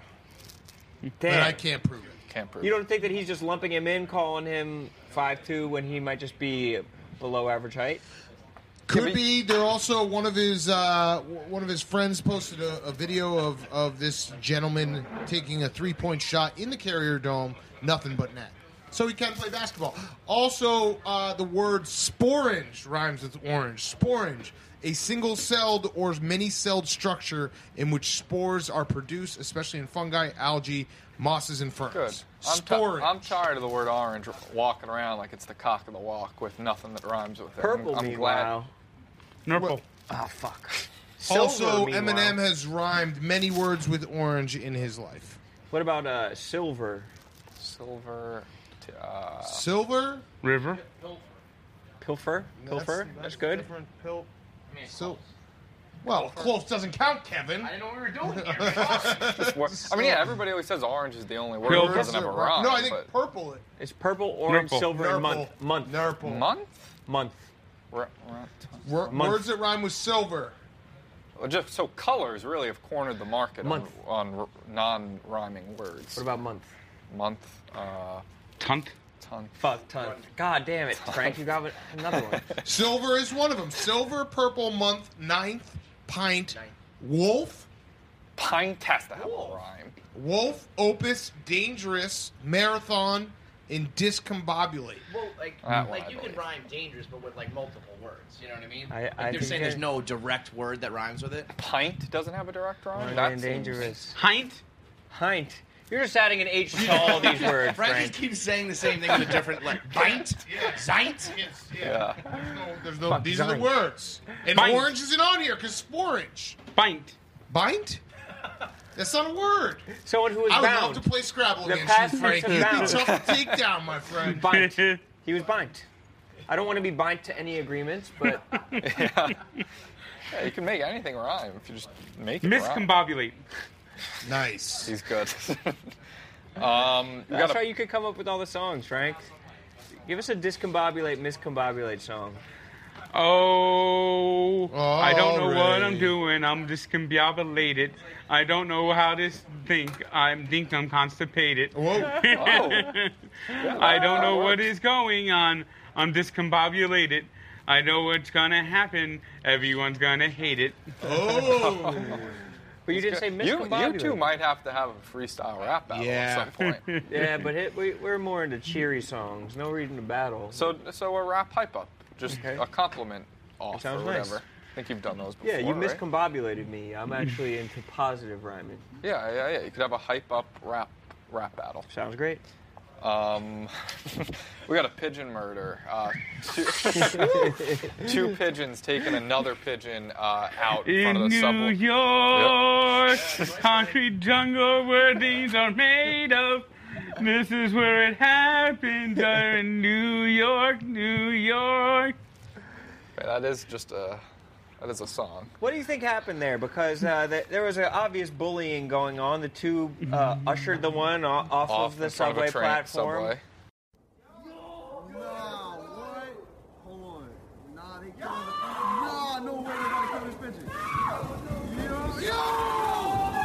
[SPEAKER 3] Hmm.
[SPEAKER 2] But I
[SPEAKER 4] Damn.
[SPEAKER 2] can't prove it.
[SPEAKER 1] Can't prove.
[SPEAKER 4] You don't think that he's just lumping him in, calling him five two when he might just be below average height?
[SPEAKER 2] Could be. There also one of his uh, w- one of his friends posted a, a video of of this gentleman taking a three point shot in the Carrier Dome, nothing but net. So he can play basketball. Also, uh, the word sporange rhymes with orange. Sporange, a single celled or many celled structure in which spores are produced, especially in fungi, algae, mosses, and ferns.
[SPEAKER 1] Good. I'm, ti-
[SPEAKER 2] sporange.
[SPEAKER 1] I'm tired of the word orange walking around like it's the cock of the walk with nothing that rhymes with it. I'm-
[SPEAKER 4] Purple,
[SPEAKER 1] I'm, glad.
[SPEAKER 4] meanwhile.
[SPEAKER 3] Nurple.
[SPEAKER 4] Ah, fuck.
[SPEAKER 2] also,
[SPEAKER 4] meanwhile.
[SPEAKER 2] Eminem has rhymed many words with orange in his life.
[SPEAKER 4] What about uh, silver?
[SPEAKER 1] Silver. t- Uh,
[SPEAKER 2] Silver.
[SPEAKER 3] River.
[SPEAKER 4] Pilfer? Pilfer? That's, good.
[SPEAKER 2] So, well, close doesn't count, Kevin.
[SPEAKER 7] I know what we were doing here.
[SPEAKER 1] just wor- I mean, yeah, everybody always says orange is the only word
[SPEAKER 3] Pilfer.
[SPEAKER 1] that doesn't have a rhyme.
[SPEAKER 2] No, I think
[SPEAKER 1] but-
[SPEAKER 2] purple.
[SPEAKER 4] It's purple, orange,
[SPEAKER 3] Nurple.
[SPEAKER 4] silver,
[SPEAKER 2] Nurple.
[SPEAKER 4] and month. Month.
[SPEAKER 2] Nurple.
[SPEAKER 1] month?
[SPEAKER 4] Month.
[SPEAKER 1] R- r- t-
[SPEAKER 2] Wor-
[SPEAKER 4] Month.
[SPEAKER 2] Words that rhyme with silver.
[SPEAKER 1] well, just so colors really have cornered the market
[SPEAKER 4] Month.
[SPEAKER 1] on, on r- non-rhyming words.
[SPEAKER 4] What about month?
[SPEAKER 1] month? Uh,
[SPEAKER 3] Tunt.
[SPEAKER 1] ton.
[SPEAKER 4] Fuck, ton. God damn it, Frank. You got an- another one.
[SPEAKER 2] Silver is one of them. Silver, purple, month, ninth, pint, wolf,
[SPEAKER 1] Pine test to have a rhyme.
[SPEAKER 2] wolf, opus, dangerous, marathon, and discombobulate.
[SPEAKER 7] well, like,
[SPEAKER 1] That one I
[SPEAKER 7] like you can
[SPEAKER 1] believe.
[SPEAKER 7] rhyme dangerous, but with like multiple words. You know what I mean?
[SPEAKER 4] I-
[SPEAKER 7] Like,
[SPEAKER 4] I
[SPEAKER 7] they're
[SPEAKER 4] think
[SPEAKER 7] saying there's
[SPEAKER 4] that-
[SPEAKER 7] no direct word that rhymes with it.
[SPEAKER 1] Pint doesn't have a direct rhyme.
[SPEAKER 4] Orange
[SPEAKER 1] That
[SPEAKER 4] and
[SPEAKER 1] seems-
[SPEAKER 4] dangerous.
[SPEAKER 3] Hind.
[SPEAKER 4] Hind. You're just adding an H to all these words,
[SPEAKER 7] Frank
[SPEAKER 4] Frank.
[SPEAKER 7] just keeps saying the same thing with a different like bint, zeint.
[SPEAKER 1] Yeah.
[SPEAKER 2] No, there's no,
[SPEAKER 4] Fuck,
[SPEAKER 2] these are the
[SPEAKER 4] nine.
[SPEAKER 2] words. And
[SPEAKER 3] Bind.
[SPEAKER 2] orange isn't on here because sporange.
[SPEAKER 3] Bind.
[SPEAKER 2] Bind? That's not a word.
[SPEAKER 4] Someone who is
[SPEAKER 2] I would
[SPEAKER 4] bound.
[SPEAKER 2] love to play Scrabble
[SPEAKER 4] The
[SPEAKER 2] against you,
[SPEAKER 4] past tense
[SPEAKER 2] Frank.
[SPEAKER 4] of
[SPEAKER 2] You'd be
[SPEAKER 4] bound.
[SPEAKER 2] tough to take down, my friend.
[SPEAKER 4] Bind. He was bind. I don't want to be bind to any agreements, but
[SPEAKER 1] Yeah, you can make anything rhyme if you just make it rhyme.
[SPEAKER 3] Miscombobulate.
[SPEAKER 2] Nice.
[SPEAKER 1] He's good. um, we
[SPEAKER 4] that's
[SPEAKER 1] got
[SPEAKER 4] how
[SPEAKER 1] a,
[SPEAKER 4] you could come up with all the songs, Frank. Give us a discombobulate, miscombobulate song.
[SPEAKER 3] Oh, I don't know what I'm
[SPEAKER 2] Alright.
[SPEAKER 3] doing. I'm discombobulated. I don't know how to s- think. I'm think I'm constipated.
[SPEAKER 2] Whoa.
[SPEAKER 3] I don't know what is going on. I'm discombobulated. I know what's gonna happen. Everyone's gonna hate it.
[SPEAKER 2] Oh.
[SPEAKER 4] But you didn't say
[SPEAKER 1] you,
[SPEAKER 4] miscombobulate.
[SPEAKER 1] you two might have to have a freestyle rap battle
[SPEAKER 2] Yeah.
[SPEAKER 1] at some point.
[SPEAKER 4] Yeah, but it, we, we're more into cheery songs. No reason to battle.
[SPEAKER 1] so, so a rap hype up, just
[SPEAKER 4] Okay.
[SPEAKER 1] a compliment off
[SPEAKER 4] sounds
[SPEAKER 1] or
[SPEAKER 4] nice.
[SPEAKER 1] whatever. I think you've done those before.
[SPEAKER 4] yeah, you
[SPEAKER 1] right?
[SPEAKER 4] miscombobulated me. I'm actually into positive rhyming.
[SPEAKER 1] Yeah, yeah, yeah. You could have a hype up rap rap battle.
[SPEAKER 4] Sounds great.
[SPEAKER 1] Um, we got a pigeon murder. Uh, two, two pigeons taking another pigeon uh, out in front
[SPEAKER 3] In
[SPEAKER 1] of the
[SPEAKER 3] New
[SPEAKER 1] subway.
[SPEAKER 3] York, country jungle where things are made of. This is where it happens. uh, in New York, New York.
[SPEAKER 1] Okay, that is just a that is a song.
[SPEAKER 4] What do you think happened there? Because uh, th there was an obvious bullying going on. The two uh, ushered the one o- off, off
[SPEAKER 1] Mm-hmm. Off
[SPEAKER 4] of the
[SPEAKER 1] in front
[SPEAKER 4] subway
[SPEAKER 1] of a train,
[SPEAKER 4] platform.
[SPEAKER 1] Subway.
[SPEAKER 9] Nah, what? Hold on. Nah, they killing the Nah, no way they're gonna kill this pigeon. Yo! Yo!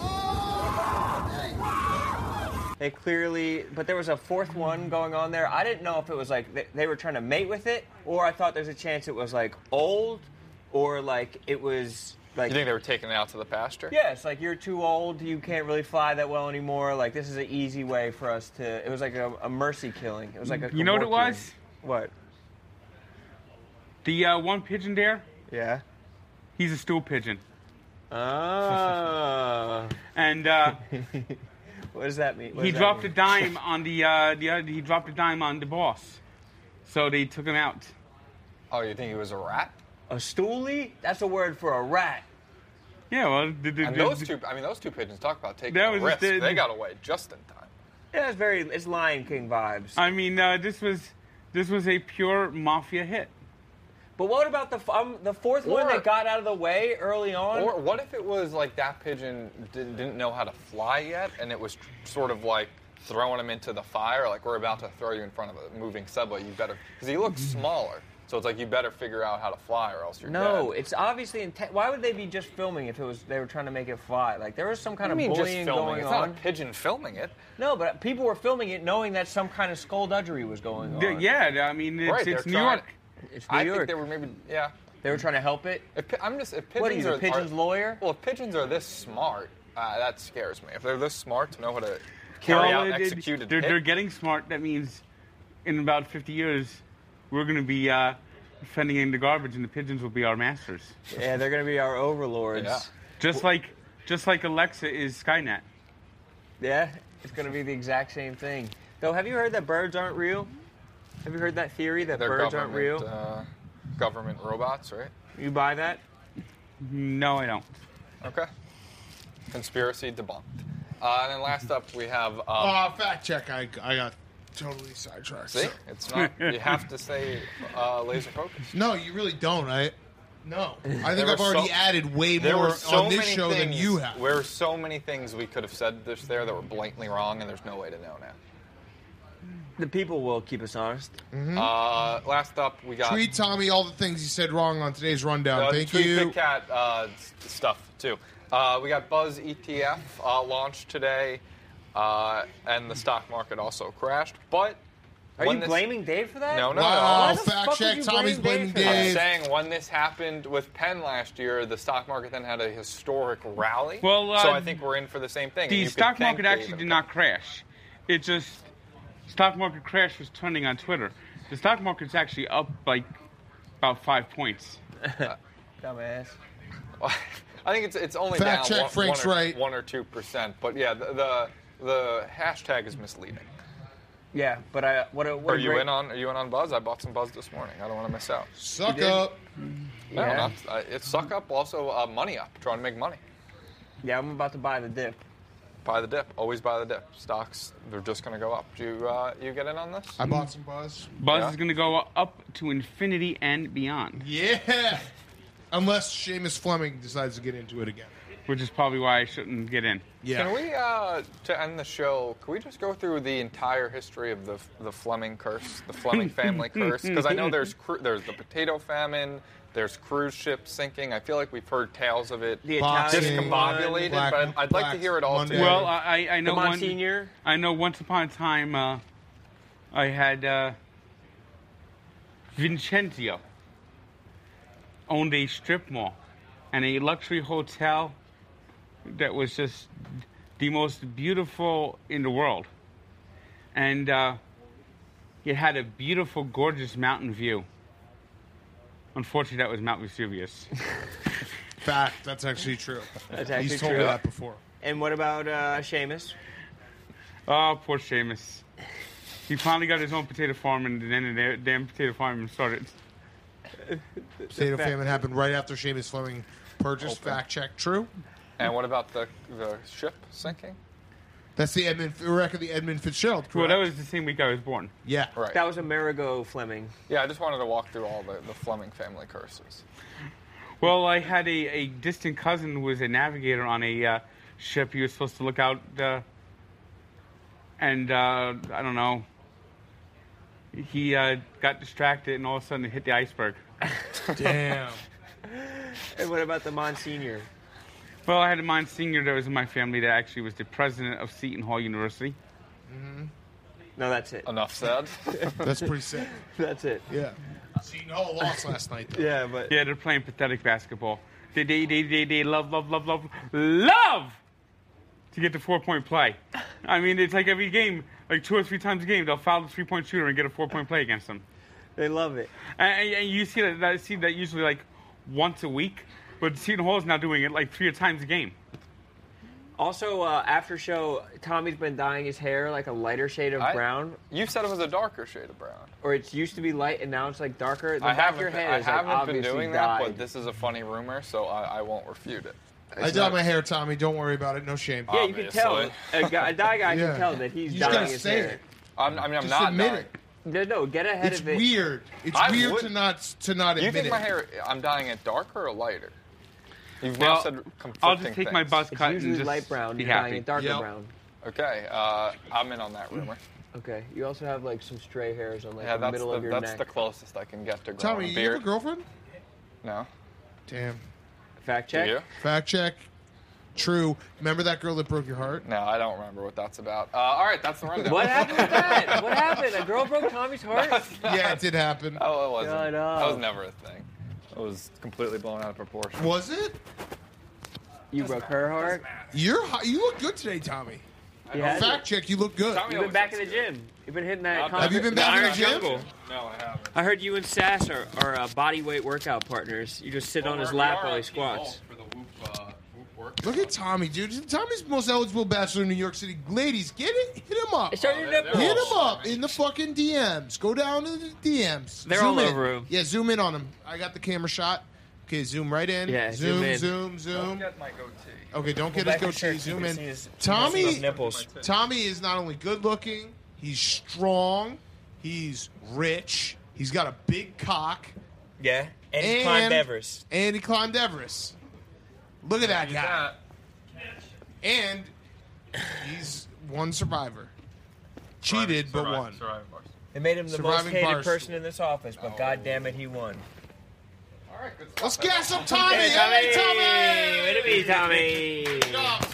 [SPEAKER 9] Oh! Hey!
[SPEAKER 4] They clearly, but there was a fourth one going on there. I didn't know if it was like they, they were trying to mate with it, or I thought there's a chance it was like old, or like it was like
[SPEAKER 1] You think they were taking it out to the pasture?
[SPEAKER 4] yeah, it's like you're too old, you can't really fly that well anymore. Like this is an easy way for us to. It was like a, a mercy killing. It was like a
[SPEAKER 3] You know what it
[SPEAKER 4] Kevorkian.
[SPEAKER 3] was?
[SPEAKER 4] What?
[SPEAKER 3] The uh, one pigeon there,
[SPEAKER 4] Yeah.
[SPEAKER 3] he's a stool pigeon.
[SPEAKER 4] Ah.
[SPEAKER 3] And uh,
[SPEAKER 4] what does that mean? What
[SPEAKER 3] he
[SPEAKER 4] does that
[SPEAKER 3] dropped a
[SPEAKER 4] mean?
[SPEAKER 3] dime on the, uh, the uh, he dropped a dime on the boss. So they took him out.
[SPEAKER 1] Oh, you think he was a rat?
[SPEAKER 4] A stoolie? That's a word for a rat.
[SPEAKER 3] Yeah, well, the, the,
[SPEAKER 1] And
[SPEAKER 3] the-
[SPEAKER 1] those two, I mean, those two pigeons talk about taking
[SPEAKER 3] That
[SPEAKER 1] a
[SPEAKER 3] was
[SPEAKER 1] risk.
[SPEAKER 3] just the-
[SPEAKER 1] they got away just in time.
[SPEAKER 4] Yeah, it's very. It's Lion King vibes.
[SPEAKER 3] I mean, uh, this was this was a pure mafia hit.
[SPEAKER 4] But what about the f- um, the fourth one
[SPEAKER 1] Or-
[SPEAKER 4] that got out of the way early on?
[SPEAKER 1] Or what if it was like that pigeon did, didn't know how to fly yet, and it was tr- sort of like throwing him into the fire, like we're about to throw you in front of a moving subway. You better, because he looks smaller. So it's like you better figure out how to fly, or else you're
[SPEAKER 4] No,
[SPEAKER 1] dead.
[SPEAKER 4] it's obviously intent. Why would they be just filming if it was they were trying to make it fly? Like there was some
[SPEAKER 1] I
[SPEAKER 4] kind of
[SPEAKER 1] mean, just
[SPEAKER 4] bullying
[SPEAKER 1] filming.
[SPEAKER 4] going
[SPEAKER 1] It's
[SPEAKER 4] on.
[SPEAKER 1] not a pigeon filming it.
[SPEAKER 4] No, but people were filming it knowing that some kind of skullduggery was going on.
[SPEAKER 3] yeah, I mean, it's,
[SPEAKER 1] Oh, Right,
[SPEAKER 3] it's
[SPEAKER 1] they're
[SPEAKER 3] New
[SPEAKER 1] trying-
[SPEAKER 3] York.
[SPEAKER 4] it's New
[SPEAKER 1] I
[SPEAKER 4] York.
[SPEAKER 1] think they were maybe, yeah.
[SPEAKER 4] They were trying to help it.
[SPEAKER 1] If, pi- I'm just if pigeons
[SPEAKER 4] What are you,
[SPEAKER 1] are
[SPEAKER 4] the pigeon's
[SPEAKER 1] are-
[SPEAKER 4] lawyer?
[SPEAKER 1] Well, if pigeons are this smart, uh, that scares me. If they're this smart to know how to
[SPEAKER 3] Well,
[SPEAKER 1] carry out and
[SPEAKER 3] it- it-
[SPEAKER 1] execute a
[SPEAKER 3] they're,
[SPEAKER 1] hit,
[SPEAKER 3] they're getting smart. That means in about 50 years, we're going to be uh, fending in the garbage, and the pigeons will be our masters.
[SPEAKER 4] Yeah, they're gonna be our overlords.
[SPEAKER 1] Yeah.
[SPEAKER 3] Just like just like Alexa is Skynet.
[SPEAKER 4] Yeah, it's gonna be the exact same thing. Though, have you heard that birds aren't real? Have you heard that theory that
[SPEAKER 1] they're
[SPEAKER 4] birds aren't
[SPEAKER 1] government,
[SPEAKER 4] real?
[SPEAKER 1] Uh, government robots, right?
[SPEAKER 4] you buy that?
[SPEAKER 3] No, I don't.
[SPEAKER 1] Okay. Conspiracy debunked. Uh, and then last up, we have. Um,
[SPEAKER 2] Uh, fact check. I, I got totally sidetracked.
[SPEAKER 1] see,
[SPEAKER 2] so-
[SPEAKER 1] it's not. You have to say uh, laser focus.
[SPEAKER 2] No, you really don't. I no. I
[SPEAKER 1] There
[SPEAKER 2] think I've
[SPEAKER 1] were
[SPEAKER 2] already
[SPEAKER 1] so-
[SPEAKER 2] added way
[SPEAKER 1] There
[SPEAKER 2] more
[SPEAKER 1] were so
[SPEAKER 2] on this
[SPEAKER 1] many
[SPEAKER 2] show than
[SPEAKER 1] things-
[SPEAKER 2] you have.
[SPEAKER 1] There were so many things we could have said this there that were blatantly wrong, and there's no way to know now.
[SPEAKER 4] The people will keep us honest.
[SPEAKER 1] Uh, last up, we got
[SPEAKER 2] Tweet Tommy all the things you said wrong on today's rundown.
[SPEAKER 1] Uh,
[SPEAKER 2] Thank
[SPEAKER 1] tweet
[SPEAKER 2] you.
[SPEAKER 1] Big Cat uh, s- stuff too. Uh, we got Buzz ETF uh, launched today, uh, and the stock market also crashed. But
[SPEAKER 4] Are
[SPEAKER 1] when
[SPEAKER 4] you
[SPEAKER 1] this-
[SPEAKER 4] blaming Dave for that?
[SPEAKER 1] No, no,
[SPEAKER 2] Wow,
[SPEAKER 4] Why the fuck
[SPEAKER 2] fact
[SPEAKER 4] would
[SPEAKER 2] check.
[SPEAKER 4] you
[SPEAKER 2] Tommy's blaming
[SPEAKER 4] blame Dave for
[SPEAKER 1] I'm
[SPEAKER 4] that?
[SPEAKER 2] Dave.
[SPEAKER 1] saying when this happened with Penn last year, the stock market then had a historic rally.
[SPEAKER 3] Well, uh,
[SPEAKER 1] so I think we're in for the same thing. and
[SPEAKER 3] The
[SPEAKER 1] you could
[SPEAKER 3] stock
[SPEAKER 1] thank
[SPEAKER 3] market
[SPEAKER 1] Dave
[SPEAKER 3] actually
[SPEAKER 1] and Penn.
[SPEAKER 3] did not crash. It just stock market crash was trending on Twitter. The stock market's actually up like about five points.
[SPEAKER 4] Dumbass.
[SPEAKER 1] I think it's it's only
[SPEAKER 2] Fact
[SPEAKER 1] down
[SPEAKER 2] check,
[SPEAKER 1] one,
[SPEAKER 2] Frank's
[SPEAKER 1] one or,
[SPEAKER 2] right.
[SPEAKER 1] one or two percent. But yeah, the, the the hashtag is misleading.
[SPEAKER 4] Yeah, but I what a what
[SPEAKER 1] Are
[SPEAKER 4] a
[SPEAKER 1] you
[SPEAKER 4] great,
[SPEAKER 1] in on Are you in on Buzz? I bought some Buzz this morning. I don't want to miss out.
[SPEAKER 2] Suck
[SPEAKER 4] You did.
[SPEAKER 2] up.
[SPEAKER 1] No,
[SPEAKER 4] Yeah.
[SPEAKER 1] not, uh, it's suck up. Also, uh, money up. Trying to make money.
[SPEAKER 4] Yeah, I'm about to buy the dip.
[SPEAKER 1] Buy the dip. Always buy the dip. Stocks they're just going to go up. Do you uh, you get in on this?
[SPEAKER 2] I bought some buzz.
[SPEAKER 3] Buzz
[SPEAKER 1] Yeah.
[SPEAKER 3] is going to go up to infinity and beyond,
[SPEAKER 2] Yeah. Unless Seamus Fleming decides to get into it again.
[SPEAKER 3] which is probably why I shouldn't get in.
[SPEAKER 2] Yeah.
[SPEAKER 1] Can we uh, to end the show? Can we just go through the entire history of the the Fleming curse, the Fleming family curse? Because I know there's cru- there's the potato famine, there's cruise ships sinking. I feel like we've heard tales of it.
[SPEAKER 4] The
[SPEAKER 2] Boxing.
[SPEAKER 4] Italian one,
[SPEAKER 1] Discombobulated,
[SPEAKER 2] Black-
[SPEAKER 1] but I'd, I'd like to hear it all.
[SPEAKER 2] Monday.
[SPEAKER 1] together.
[SPEAKER 3] Well, I, I- I know
[SPEAKER 4] the
[SPEAKER 3] one.
[SPEAKER 4] Monsignor.
[SPEAKER 3] I know once upon a time uh, I had uh, Vincenzo owned a strip mall and a luxury hotel that was just the most beautiful in the world. And uh, it had a beautiful, gorgeous mountain view. Unfortunately, that was Mount Vesuvius.
[SPEAKER 2] Fact. That's actually true.
[SPEAKER 4] That's actually
[SPEAKER 2] He's told
[SPEAKER 4] true.
[SPEAKER 2] me that before.
[SPEAKER 4] And what about uh, Seamus?
[SPEAKER 3] Oh, poor Seamus. He finally got his own potato farm, and then the damn potato farm started.
[SPEAKER 2] Potato famine happened right after Seamus Fleming purchased. Fact check. True.
[SPEAKER 1] and what about the the ship sinking?
[SPEAKER 2] That's the Edmund wreck of the Edmund Fitzgerald. Correct?
[SPEAKER 3] Well, that was the same week I was born.
[SPEAKER 2] yeah.
[SPEAKER 1] Right.
[SPEAKER 4] That was Amerigo Fleming.
[SPEAKER 1] yeah, I just wanted to walk through all the, the Fleming family curses.
[SPEAKER 3] Well, I had a, a distant cousin who was a navigator on a uh, ship. He was supposed to look out, uh, and uh, I don't know. He uh, got distracted, and all of a sudden, it hit the iceberg.
[SPEAKER 2] Damn.
[SPEAKER 4] And what about the Monsignor?
[SPEAKER 3] Well, I had a mind senior that was in my family that actually was the president of Seton Hall University.
[SPEAKER 4] No, that's it.
[SPEAKER 1] Enough said.
[SPEAKER 2] That's pretty sick.
[SPEAKER 4] That's it.
[SPEAKER 2] Yeah. See, no loss last night. Though.
[SPEAKER 4] Yeah, but
[SPEAKER 3] Yeah, they're playing pathetic basketball. They they they they, they love love love love love to get the four point play. I mean, it's like every game, like two or three times a game, they'll foul the three point shooter and get a four point play against them.
[SPEAKER 4] they love it.
[SPEAKER 3] And, and- and you see that, that see that usually like once a week, but Seton Hall is now doing it like three times a game.
[SPEAKER 4] Also, uh, after show, Tommy's been dyeing his hair like a lighter shade of
[SPEAKER 1] I-
[SPEAKER 4] brown,
[SPEAKER 1] You said it was a darker shade of brown.
[SPEAKER 4] or it used to be light and now it's like darker. The
[SPEAKER 1] I
[SPEAKER 4] back
[SPEAKER 1] haven't,
[SPEAKER 4] of your
[SPEAKER 1] been,
[SPEAKER 4] head
[SPEAKER 1] I
[SPEAKER 4] is like,
[SPEAKER 1] haven't been
[SPEAKER 4] obviously
[SPEAKER 1] doing that,
[SPEAKER 4] dyed.
[SPEAKER 1] but this is a funny rumor, so I, I won't refute it.
[SPEAKER 2] I dyed my hair, Tommy. Don't worry about it. No shame.
[SPEAKER 4] yeah, you can tell. A, guy, a dye guy
[SPEAKER 2] Yeah.
[SPEAKER 4] can tell that he's
[SPEAKER 2] You just
[SPEAKER 4] dyeing
[SPEAKER 2] gotta
[SPEAKER 4] his
[SPEAKER 2] say
[SPEAKER 4] hair.
[SPEAKER 2] it.
[SPEAKER 1] I'm, I mean, I'm
[SPEAKER 2] Just
[SPEAKER 1] not.
[SPEAKER 2] admit
[SPEAKER 1] dying.
[SPEAKER 2] it.
[SPEAKER 4] No, no, get ahead
[SPEAKER 2] It's
[SPEAKER 4] of it.
[SPEAKER 2] weird. It's
[SPEAKER 1] I
[SPEAKER 2] weird
[SPEAKER 1] would-
[SPEAKER 2] to not to not
[SPEAKER 1] You
[SPEAKER 2] admit
[SPEAKER 1] think
[SPEAKER 2] it.
[SPEAKER 1] my hair? I'm dying it darker or lighter? You've now
[SPEAKER 3] Well,
[SPEAKER 1] said conflicting
[SPEAKER 3] I'll just take my
[SPEAKER 1] things.
[SPEAKER 3] buzz
[SPEAKER 4] It's
[SPEAKER 3] cut
[SPEAKER 4] usually
[SPEAKER 3] and just
[SPEAKER 4] light brown.
[SPEAKER 3] be
[SPEAKER 4] You're dyeing
[SPEAKER 3] happy.
[SPEAKER 4] it darker
[SPEAKER 2] Yep.
[SPEAKER 4] brown.
[SPEAKER 1] Okay, uh, I'm in on that rumor.
[SPEAKER 4] Okay. You also have like some stray hairs on like
[SPEAKER 1] Yeah,
[SPEAKER 4] the
[SPEAKER 1] that's
[SPEAKER 4] middle
[SPEAKER 1] the,
[SPEAKER 4] of your
[SPEAKER 1] that's
[SPEAKER 4] neck.
[SPEAKER 1] the closest I can get to growing
[SPEAKER 4] Um,
[SPEAKER 2] Tommy,
[SPEAKER 1] a
[SPEAKER 2] you have
[SPEAKER 1] beard.
[SPEAKER 2] a girlfriend?
[SPEAKER 1] No,
[SPEAKER 2] Damn.
[SPEAKER 4] Fact
[SPEAKER 1] do
[SPEAKER 4] check.
[SPEAKER 1] you?
[SPEAKER 2] Fact check. True. Remember that girl that broke your heart?
[SPEAKER 1] No, I don't remember what that's about. Uh, all right, that's the rundown.
[SPEAKER 4] What happened with that? What happened? A girl broke Tommy's heart?
[SPEAKER 2] Yeah, it did happen.
[SPEAKER 1] Oh, it wasn't.
[SPEAKER 4] God, no.
[SPEAKER 1] That was never a thing. It was completely blown out of proportion.
[SPEAKER 2] Was it?
[SPEAKER 4] You broke her heart?
[SPEAKER 2] You're hot. you look good today, Tommy.
[SPEAKER 4] Yeah.
[SPEAKER 2] Fact check, you look good.
[SPEAKER 1] Tommy
[SPEAKER 4] You've been
[SPEAKER 1] always
[SPEAKER 4] back in
[SPEAKER 1] looks
[SPEAKER 4] the
[SPEAKER 1] good.
[SPEAKER 4] gym. You've been hitting that.
[SPEAKER 1] Have
[SPEAKER 4] concept-
[SPEAKER 2] you been back in
[SPEAKER 4] Iron
[SPEAKER 2] the gym?
[SPEAKER 4] Jungle.
[SPEAKER 1] No, I haven't.
[SPEAKER 4] I heard you and Sass are, are uh, body weight workout partners. You just sit
[SPEAKER 10] Oh,
[SPEAKER 4] on his lap while he squats.
[SPEAKER 1] For the whoop, uh, whoop workout.
[SPEAKER 2] Look at Tommy, dude. Tommy's the most eligible bachelor in New York City. Ladies, get it, hit him up.
[SPEAKER 4] It's
[SPEAKER 10] Oh,
[SPEAKER 4] starting
[SPEAKER 1] they're-
[SPEAKER 4] to
[SPEAKER 1] they're
[SPEAKER 2] Hit
[SPEAKER 1] all-
[SPEAKER 2] him up in the fucking DMs. Go down to the DMs.
[SPEAKER 4] They're all
[SPEAKER 2] in.
[SPEAKER 4] over him.
[SPEAKER 2] Yeah, zoom in on him. I got the camera shot. Okay, zoom right in.
[SPEAKER 4] Yeah,
[SPEAKER 2] zoom,
[SPEAKER 4] zoom in.
[SPEAKER 2] zoom, zoom.
[SPEAKER 1] Get my goatee.
[SPEAKER 2] Okay, don't get his goatee. Zoom in.
[SPEAKER 4] Those
[SPEAKER 2] Tommy,
[SPEAKER 4] nipples.
[SPEAKER 2] Tommy is not only good looking, he's strong, he's rich, he's got a big cock,
[SPEAKER 10] Yeah, and,
[SPEAKER 2] And-
[SPEAKER 10] he climbed Everest.
[SPEAKER 2] and he climbed Everest. Look at that guy. And he's one survivor. Cheated, but won.
[SPEAKER 10] It made him the most
[SPEAKER 2] Surviving
[SPEAKER 10] hated
[SPEAKER 2] Barstool.
[SPEAKER 10] person in this office, but
[SPEAKER 4] Oh.
[SPEAKER 10] god damn it, he won.
[SPEAKER 1] All right, good stuff.
[SPEAKER 2] Let's gas up Tommy. Hey,
[SPEAKER 4] Way to
[SPEAKER 2] Tommy!
[SPEAKER 4] be, Tommy.
[SPEAKER 2] Good job.